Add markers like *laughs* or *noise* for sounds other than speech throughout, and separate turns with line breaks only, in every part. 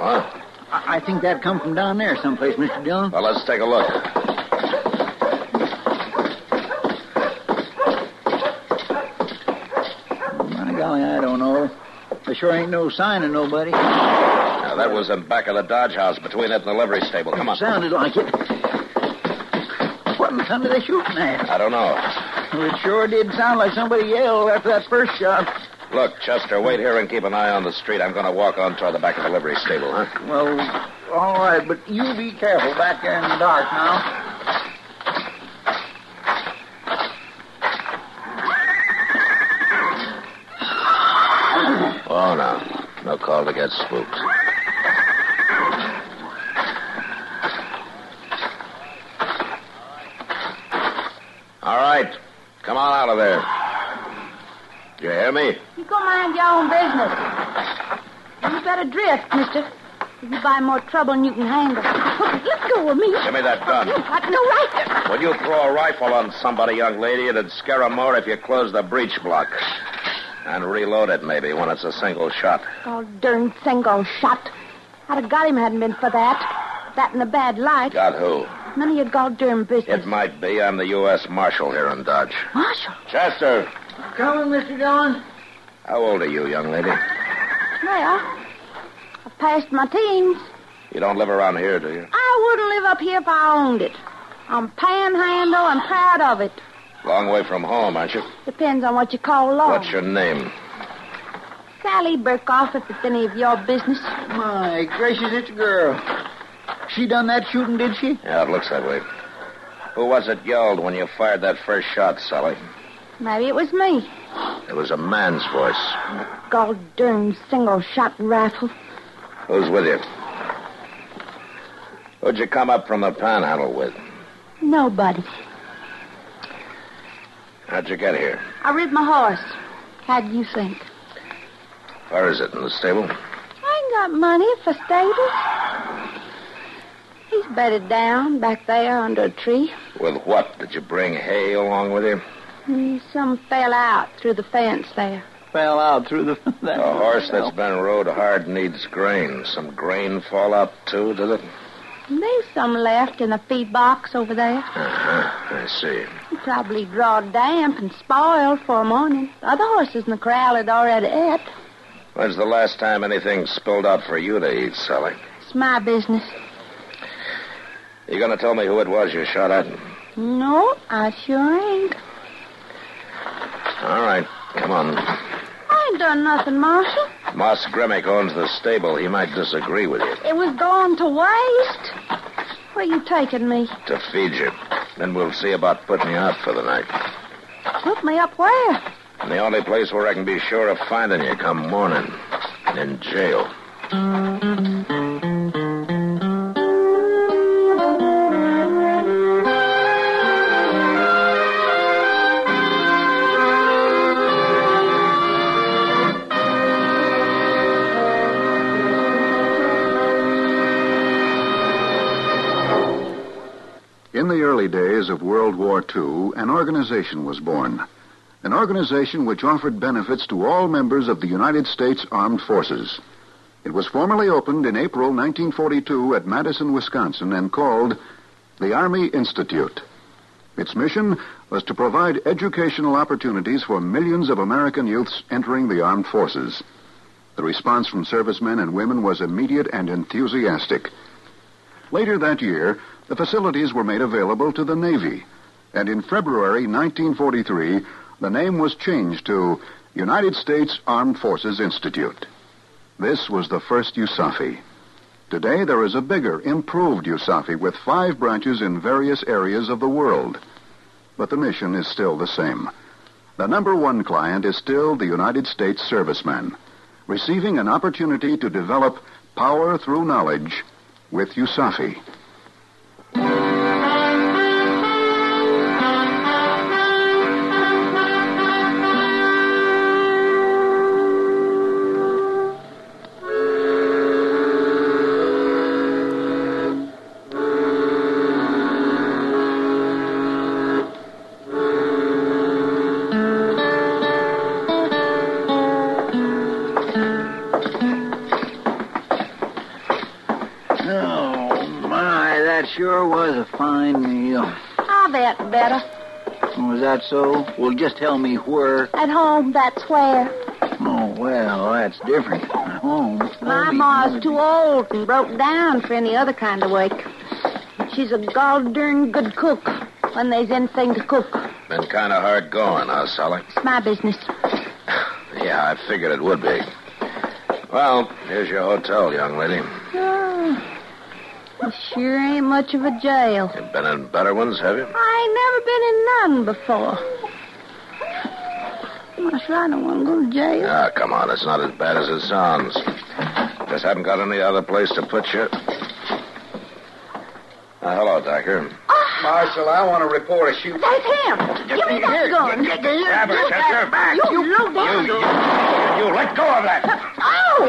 What?
I think that come from down there someplace, Mr. Dillon.
Well, let's take a look.
My golly, I don't know. There sure ain't no sign of nobody.
Now, that was in back of the Dodge house between it and the livery stable. Come on.
Sounded like it. What in thunder they shooting at?
I don't know.
Well, it sure did sound like somebody yelled after that first shot.
Look, Chester, wait here and keep an eye on the street. I'm going to walk on toward the back of the livery stable, huh?
Well, all right, but you be careful back there in the dark now.
Oh, no. No call to get spooked. All right. Come on out of there. You hear me?
You go mind your own business. You better drift, mister. You buy more trouble than you can handle. Let go of me.
Give me that gun.
You got no right to.
Would you throw a rifle on somebody, young lady, it'd scare 'em more if you closed the breech block. And reload it, maybe, when it's a single shot.
Oh, darn single shot. I'd have got him hadn't been for that. That in the bad light.
Got who?
None of your goddamn business.
It might be. I'm the U.S. Marshal here in Dodge.
Marshal,
Chester!
Coming, Mr. Dillon?
How old are you, young lady?
well, I passed my teens.
You don't live around here, do you?
I wouldn't live up here if I owned it. I'm panhandle and proud of it.
Long way from home, aren't you?
Depends on what you call law.
What's your name?
Sally Burkoff, if it's any of your business.
My gracious, it's a girl. She done that shooting, did she?
Yeah, it looks that way. Who was it yelled when you fired that first shot, Sally?
Maybe it was me.
It was a man's voice.
Goddamn single shot rifle.
Who's with you? Who'd you come up from the panhandle with?
Nobody.
How'd you get here?
I rid my horse. How do you think?
Where is it? In the stable?
I ain't got money for stables. He's bedded down back there under a tree.
With what? Did you bring hay along with you?
And some fell out through the fence there.
Fell out through the. *laughs* That
A horse that's been rode hard needs grain. Some grain fall out, too, did it?
And There's some left in the feed box over there.
Uh-huh. I see.
Probably draw damp and spoiled for a morning. The other horses in the corral had already ate.
When's the last time anything spilled out for you to eat, Sally?
It's my business.
You gonna tell me who it was you shot at?
No, I sure ain't.
All right, come on.
I ain't done nothing, Marshal.
Moss Grimmick owns the stable. He might disagree with you.
It was going to waste. Where you taking me?
To feed you. Then we'll see about putting you out for the night.
Hook me up where?
And the only place where I can be sure of finding you come morning. In jail.
In the early days of World War II, an organization was born. an organization which offered benefits to all members of the United States Armed Forces. It was formally opened in April 1942 at Madison, Wisconsin, and called the Army Institute. Its mission was to provide educational opportunities for millions of American youths entering the armed forces. The response from servicemen and women was immediate and enthusiastic. Later that year, the facilities were made available to the Navy, and in February 1943, the name was changed to United States Armed Forces Institute. This was the first USAFI. Today, there is a bigger, improved USAFI with five branches in various areas of the world. But the mission is still the same. The number one client is still the United States serviceman, receiving an opportunity to develop power through knowledge with USAFI.
Oh, my, that sure was a fine meal.
I bet better.
Was that so? Well, just tell me where.
At home, that's where.
Oh, well, that's different. Home.
My
Holy
ma's
moly.
too old and broke down for any other kind of work. She's a gol darn good cook when there's anything to cook.
Been kind of hard going, huh, Sally?
It's my business. *sighs*
Yeah, I figured it would be. Well, here's your hotel, young lady.
It sure ain't much of a jail.
You've been in better ones, have you?
I ain't never been in none before. That's right, I don't want to go to jail.
Ah, come on, it's not as bad as it sounds. Just haven't got any other place to put you. Uh, hello, Doctor.
Marshal, I want to report a shoot.
That's him. Give me that gun.
Grab her, Chester.
You low down.
You let go of that.
Oh,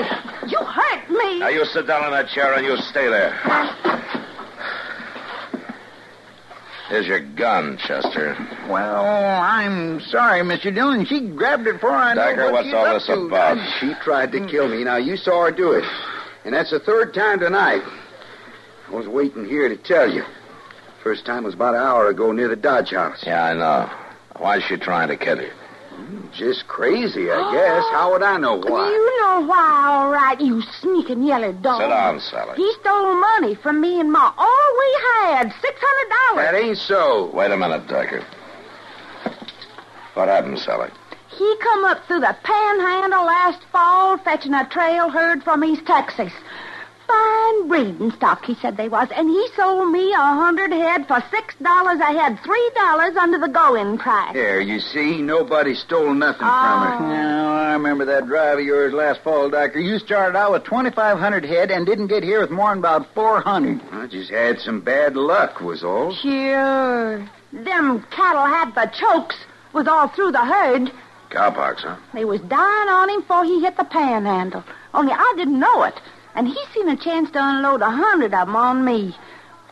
you hurt me.
Now you sit down in that chair and you stay there. Here's your gun, Chester.
Well, I'm sorry, Mr. Dillon. She grabbed it before I knew
Dagger,
what
what's
she's
all
up
this
to.
about?
She tried to kill me. Now, you saw her do it. And that's the third time tonight. I was waiting here to tell you. First time was about an hour ago near the Dodge House. Hmm,
Yeah, I know. Why's she trying to kill you?
Just crazy,
*gasps*
I guess. How would I know why?
You know why, all right, you sneaking yellow dog.
Sit down, Sally.
He stole money from me and Ma. All we had, six hundred dollars.
That ain't so.
Wait a minute, Dagger. What happened, Sally?
He come up through the panhandle last fall fetching a trail herd from East Texas. Fine breeding stock, he said they was, and he sold me a hundred head for six dollars. I had three dollars under the going price.
There, you see, nobody stole nothing
Oh.
from her.
Now, I remember that drive of yours last fall, Doctor. You started out with 2,500 head and didn't get here with more than about 400.
I just had some bad luck, was all.
Sure. Uh, Them cattle had the chokes, was all through the herd.
Cowpox, huh?
They was dying on him before he hit the panhandle. Only I didn't know it. And he seen a chance to unload a hundred of 'em on me.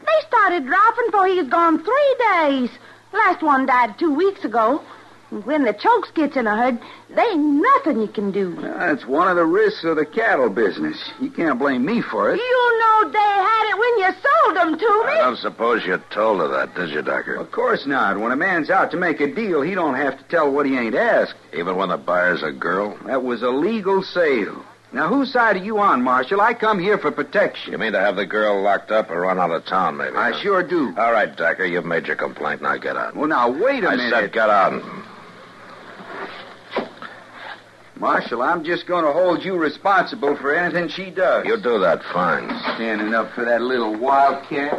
They started dropping before he was gone three days. Last one died two weeks ago. And when the chokes gets in a herd, they ain't nothing you can do.
That's one of the risks of the cattle business. You can't blame me for it.
You know they had it when you sold 'em to
I
me.
don't suppose you told her that, did you, Doctor?
Of course not. When a man's out to make a deal, he don't have to tell what he ain't asked.
Even when the buyer's a girl?
That was a legal sale. Now, whose side are you on, Marshal? I come here for
You
protection.
mean to have the girl locked up or run out of town, maybe?
I
huh?
sure do.
All right, Decker, you've made your complaint. Now get out.
Well, now, wait a
I
minute.
said get out.
Marshal, I'm just going to hold you responsible for anything she does.
You do that, fine.
standing up for that little wildcat.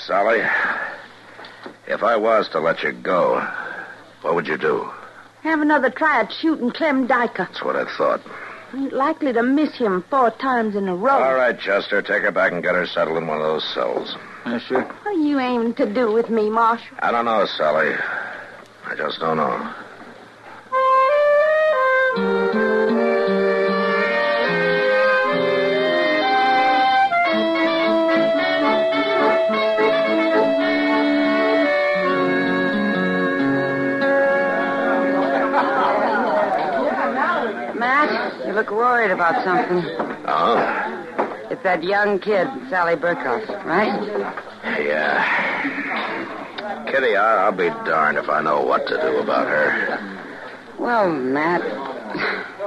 Sally, if I was to let you go, what would you do?
Have another try at shooting Clem Dyker.
That's what I thought.
Ain't likely to miss him four times in a
Oh.
row.
All right, Chester, take her back and get her settled in one of those cells.
Yes, sir.
What are you aiming to do with me, Marshal?
I don't know, Sally. I just don't know.
You look worried about something.
Oh?
It's that young kid, Sally Burkhoff, right?
Yeah. Kitty, I, I'll be darned if I know what to do about her.
Well, Matt,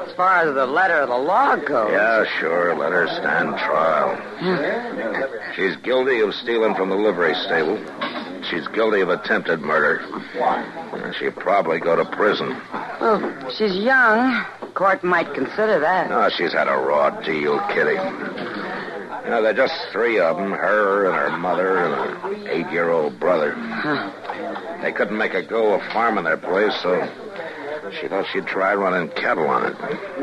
as far as the letter of the law goes.
Yeah, sure. Let her stand trial. She's guilty of stealing from the livery stable. She's guilty of attempted murder. And She'd probably go to prison.
Well, she's young. Court might consider that.
No, Ah, she's had a raw deal, Kitty. You know, there are just three of them her and her mother and her eight year old brother. They couldn't make a go of farming their place, so she thought she'd try running cattle on it.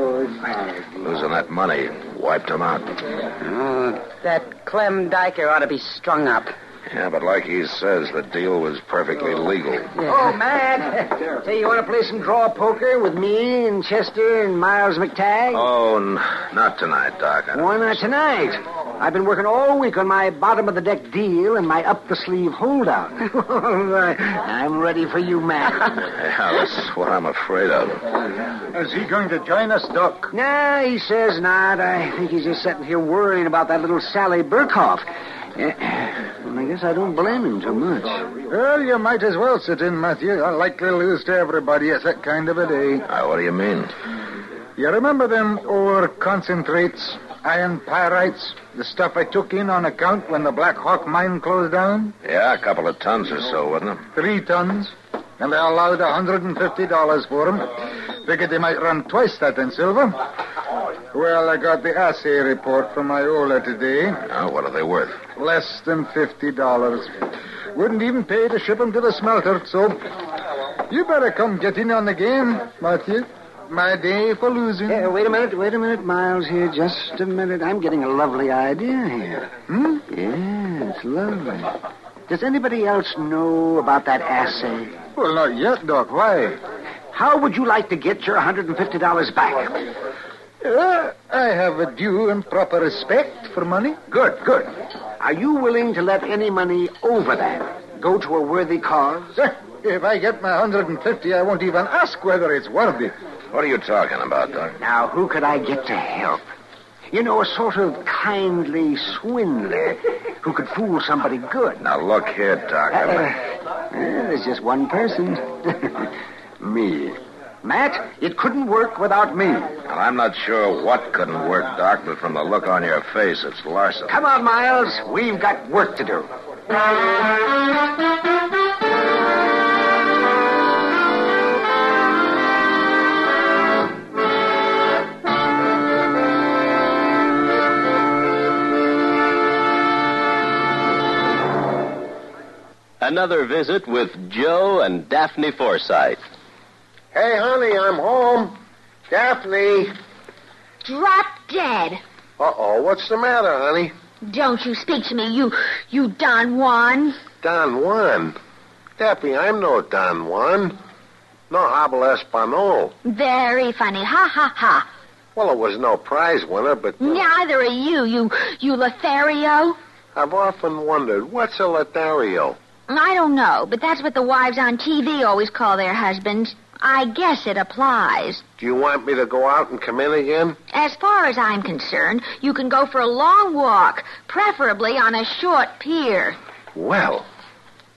Losing that money wiped them out.
Oh, that Clem Diker ought to be strung up.
Yeah, but like he says, the deal was perfectly legal.
Oh,
*laughs*
Matt. Say, you want to play some draw poker with me and Chester and Miles McTagg?
Oh, n- not tonight, Doc. I-
Why not tonight? I've been working all week on my bottom of the deck deal and my up the sleeve holdout. *laughs* I'm ready for
*laughs*
you, Matt.
Yeah, that's what I'm afraid of.
Is he going to join us, Doc?
nah, he says not. I think he's just sitting here worrying about that little Sally Burkhoff. Eh, well, I guess I don't blame him too much.
Well, you might as well sit in, Matthew. I likely lose to everybody at that kind of a day.
Uh, what do you mean?
You remember them ore concentrates, iron pyrites, the stuff I took in on account when the Black Hawk mine closed down?
Yeah, a couple of tons or so, wouldn't it?
Three tons. And I allowed $150 for 'em. Figured they might run twice that in silver. Well, I got the assay report from Iola today.
Uh, what are they worth?
Less than $50. Wouldn't even pay to ship 'em to the smelter, so you better come get in on the game, Matthew. My day for losing.
Eh, wait a minute, wait a minute, Miles here. Just a minute. I'm getting a lovely idea here.
Hmm?
Yeah, it's lovely. Does anybody else know about that assay?
Well, not yet, Doc. Why?
How would you like to get your $150 back?
Uh, I have a due and proper respect for money.
Good, good. Are you willing to let any money over that go to a worthy cause?
*laughs* If I get my 150, I won't even ask whether it's worthy.
What are you talking about, Doc?
Now, who could I get to help? You know, a sort of kindly swindler who could fool somebody good.
Now, look here, Doc.
Uh,
I'm-
uh, there's just one person.
*laughs*
me. Matt, it couldn't work without me.
Well, I'm not sure what couldn't work, Doc, but from the look on your face, it's Larson.
Come on, Miles. We've got work to do.
Another visit with Joe and Daphne Forsythe.
Hey, honey, I'm home. Daphne.
Drop dead.
Uh oh, what's the matter, honey?
Don't you speak to me, you, you Don Juan.
Don Juan. Daphne, I'm no Don Juan. No habla espanol.
Very funny. Ha ha ha.
Well, it was no prize winner, but
Hmm? Neither are you, you, you Lothario.
I've often wondered what's a Lothario?
I don't know, but that's what the wives on TV always call their husbands. I guess it applies.
Do you want me to go out and come in again?
As far as I'm concerned, you can go for a long walk, preferably on a short pier.
Well.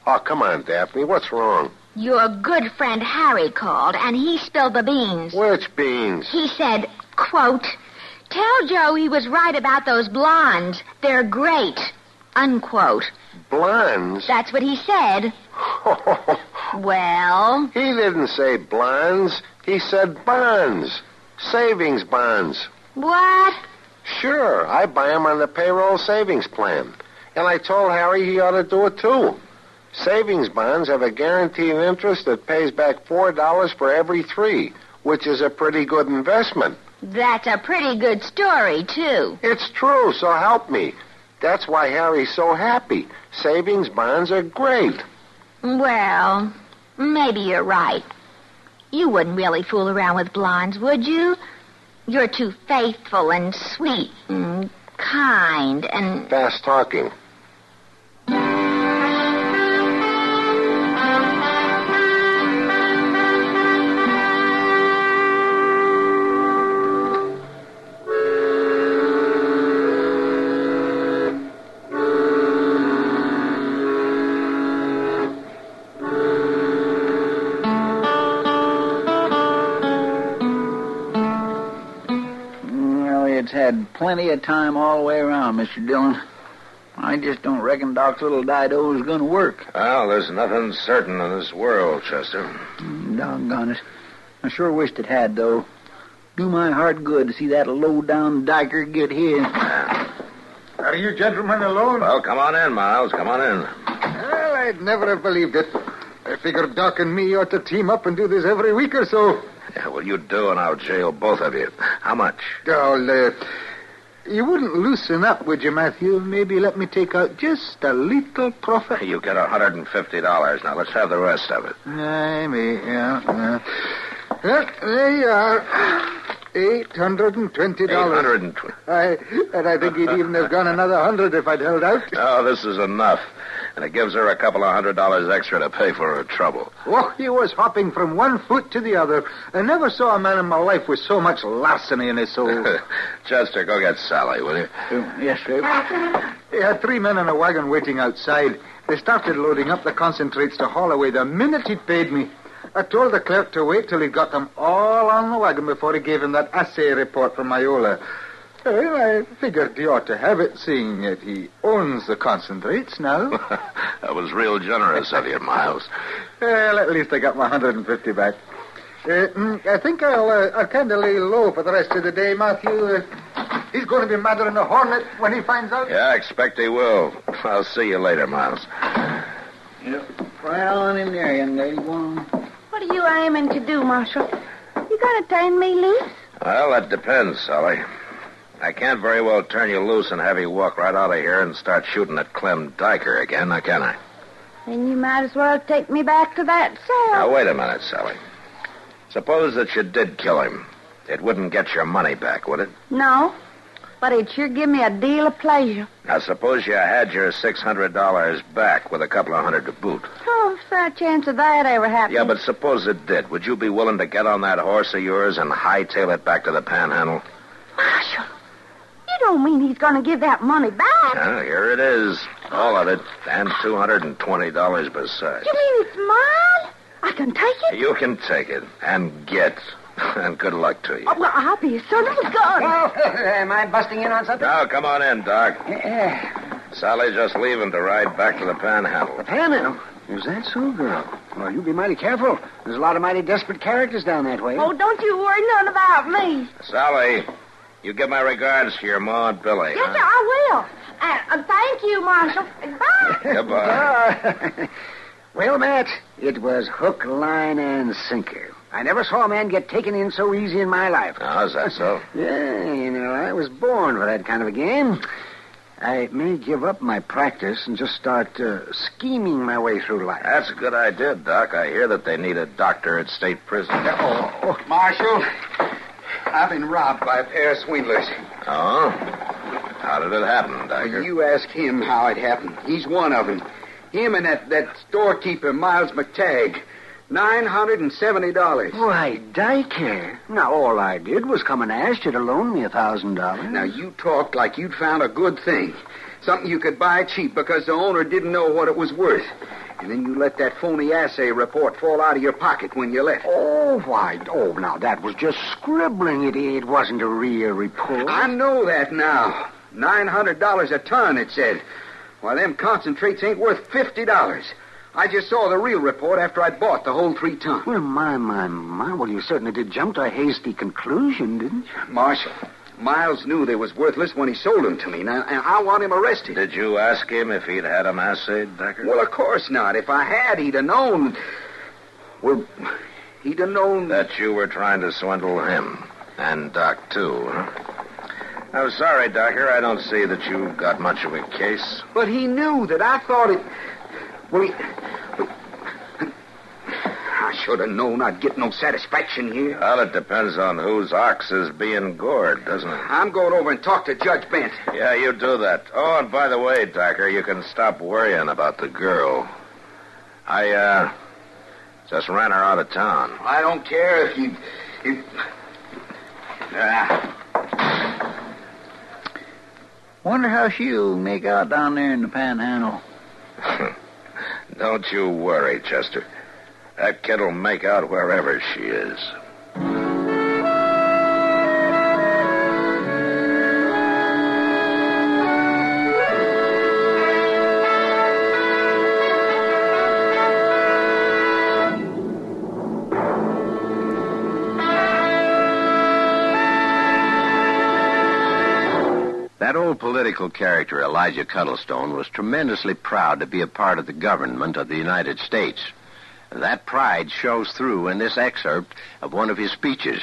Oh, come on, Daphne. What's wrong?
Your good friend Harry called, and he spilled the beans.
Which beans?
He said, quote, Tell Joe he was right about those blondes. They're great. Unquote.
Blondes?
That's what he said.
*laughs*
Well,
he didn't say blondes. He said bonds. Savings bonds.
what?
Sure, I buy 'em on the payroll savings plan. And I told Harry he ought to do it too. Savings bonds have a guaranteed interest that pays back $4 for every three, which is a pretty good investment.
That's a pretty good story, too.
It's true, so help me. That's why Harry's so happy. Savings bonds are great.
Well, maybe you're right. You wouldn't really fool around with blondes, would you? You're too faithful and sweet and kind and.
Fast talking.
Matt's had plenty of time all the way around, Mr. Dillon. I just don't reckon Doc's little Dido is going to work.
Well, there's nothing certain in this world, Chester.
Doggone it. I sure wished it had, though. Do my heart good to see that low-down diker get his.
Are you gentlemen alone?
Well, come on in, Miles. Come on in.
Well, I'd never have believed it. I figured Doc and me ought to team up and do this every week or so.
Yeah, well, you do, and I'll jail both of you. How much?
Oh, uh, you wouldn't loosen up, would you, Matthew? Maybe let me take out just a little profit.
You get $150. Now, let's have the rest of it.
Maybe, yeah. yeah. Well, there you are. Eight hundred and twenty dollars.
Eight hundred and twenty.
I and I think he'd even have gone another hundred if I'd held out.
Oh, this is enough. And it gives her a couple of hundred dollars extra to pay for her trouble.
Oh, he was hopping from one foot to the other. I never saw a man in my life with so much larceny in his soul.
*laughs*
Oh,
Chester, go get Sally, will you?
Yes, sir.
He had three men in a wagon waiting outside. They started loading up the concentrates to haul away the minute he paid me. I told the clerk to wait till he got them all on the wagon before he gave him that assay report from Iola. Well, I figured he ought to have it, seeing that he owns the concentrates now.
*laughs* that was real generous of you, Miles.
Well, at least I got my 150 back. Uh, I think I'll, uh, I'll kind of lay low for the rest of the day, Matthew. Uh, he's going to be madder than a hornet when he finds out.
Yeah, I expect he will. I'll see you later, Miles.
Yep. Right on in there, young lady. Go on.
What are you aiming to do, Marshal? You gonna turn me loose?
Well, that depends, Sally. I can't very well turn you loose and have you walk right out of here and start shooting at Clem Dyker again, now can I?
Then you might as well take me back to that cell.
Now, wait a minute, Sally. Suppose that you did kill him. It wouldn't get your money back, would it?
No, but it'd sure give me a deal of pleasure.
Now, suppose you had your $600 back with a couple of hundred to boot.
Oh, if there a chance of that ever happening.
Yeah, but suppose it did. Would you be willing to get on that horse of yours and hightail it back to the panhandle?
Marshal, you don't mean he's going to give that money back.
Yeah, here it is. All of it, and $220 besides.
You mean it's mine? I can take it?
You can take it and get. *laughs* And good luck to you.
Oh, well, I'll be a son of a gun.
Oh, *laughs* am I busting in on something?
Now, come on in, Doc.
Yeah.
Sally's just leaving to ride back to the panhandle.
The panhandle? Is that so, girl? Well, you be mighty careful. There's a lot of mighty desperate characters down that way. *laughs*
Oh, don't you worry none about me.
Sally, you give my regards to your ma and Billy.
Yes,
huh?
sir, I will. Uh, uh, thank you, Marshal. Goodbye.
Goodbye.
*laughs* well, Matt, it was hook, line, and sinker. I never saw a man get taken in so easy in my life.
Now, how's that so?
yeah, you know, I was born for that kind of a game. I may give up my practice and just start uh, scheming my way through life.
That's a good idea, Doc. I hear that they need a doctor at state prison.
Oh, oh. Marshal, I've been robbed by a pair of swindlers.
Oh? How did it happen, Doctor?
You ask him how it happened. He's one of them. Him and that, that storekeeper, Miles McTagg. Nine hundred and seventy dollars.
Why, Diker. Now all I did was come and ask you to loan me a thousand dollars.
Now you talked like you'd found a good thing. Something you could buy cheap because the owner didn't know what it was worth. And then you let that phony assay report fall out of your pocket when you left.
Oh, why? Oh, now that was just scribbling. It, it wasn't a real report.
I know that now. Nine hundred dollars a ton, it said. Why, them concentrates ain't worth fifty dollars. I just saw the real report after I bought the whole three tons.
Well, my, my, my. Well, you certainly did jump to a hasty conclusion, didn't you?
Marshal, Miles knew they was worthless when he sold them to me, now, and I want him arrested.
Did you ask him if he'd had them assayed, Decker?
Well, of course not. If I had, he'd have known. Well, he'd have known.
That you were trying to swindle him. And Doc, too, huh? I'm sorry, Docker. I don't see that you've got much of a case.
But he knew that I thought it. Well, he... I should have known I'd get no satisfaction here.
Well, it depends on whose ox is being gored, doesn't it?
I'm going over and talk to Judge Bent.
Yeah, you do that. Oh, and by the way, Docker, you can stop worrying about the girl. I, uh, just ran her out of town. *laughs*
I don't care if you. If... Ah.
Wonder how she'll make out down there in the panhandle.
Don't you worry, Chester. That kid'll make out wherever she is.
That old political character, Elijah Cuddlestone, was tremendously proud to be a part of the government of the United States. That pride shows through in this excerpt of one of his speeches.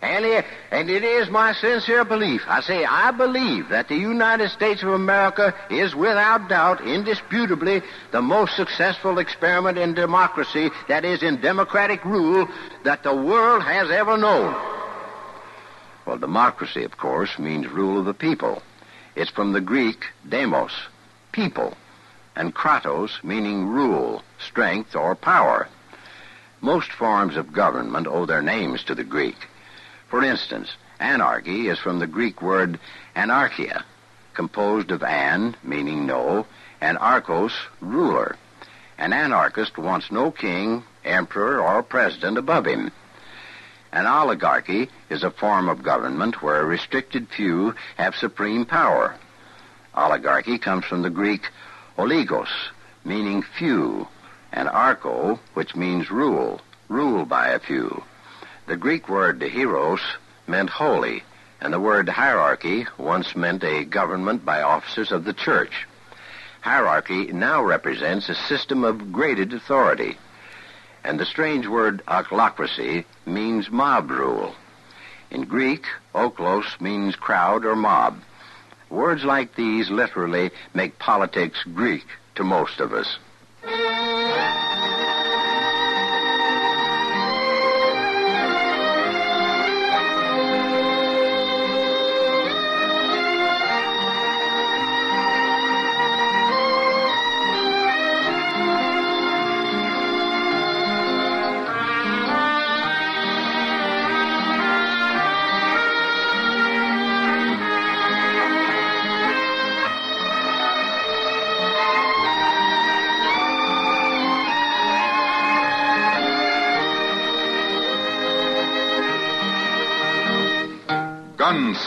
And it, and it is my sincere belief, I say I believe that the United States of America is without doubt, indisputably, the most successful experiment in democracy, that is, in democratic rule, that the world has ever known. Well, democracy, of course, means rule of the people. It's from the Greek demos, people, and kratos, meaning rule, strength, or power. Most forms of government owe their names to the Greek. For instance, anarchy is from the Greek word anarchia, composed of an, meaning no, and archos, ruler. An anarchist wants no king, emperor, or president above him. An oligarchy is a form of government where a restricted few have supreme power. Oligarchy comes from the Greek oligos, meaning few, and archo, which means rule, rule by a few. The Greek word hieros meant holy, and the word hierarchy once meant a government by officers of the church. Hierarchy now represents a system of graded authority. And the strange word ochlocracy means mob rule. In Greek, oklos means crowd or mob. Words like these literally make politics Greek to most of us.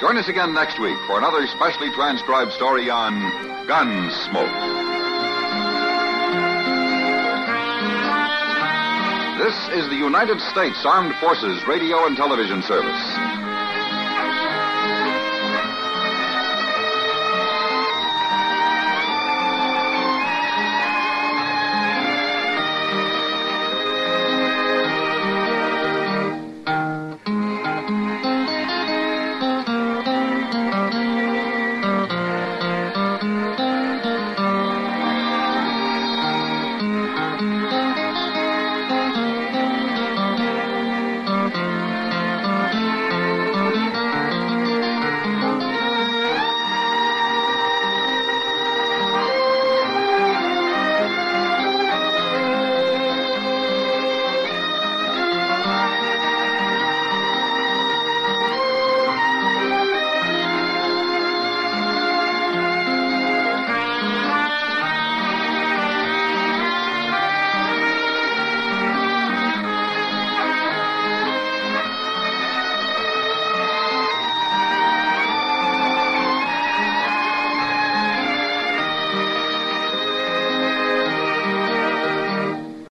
Join us again next week for another specially transcribed story on Gunsmoke. This is the United States Armed Forces Radio and Television Service.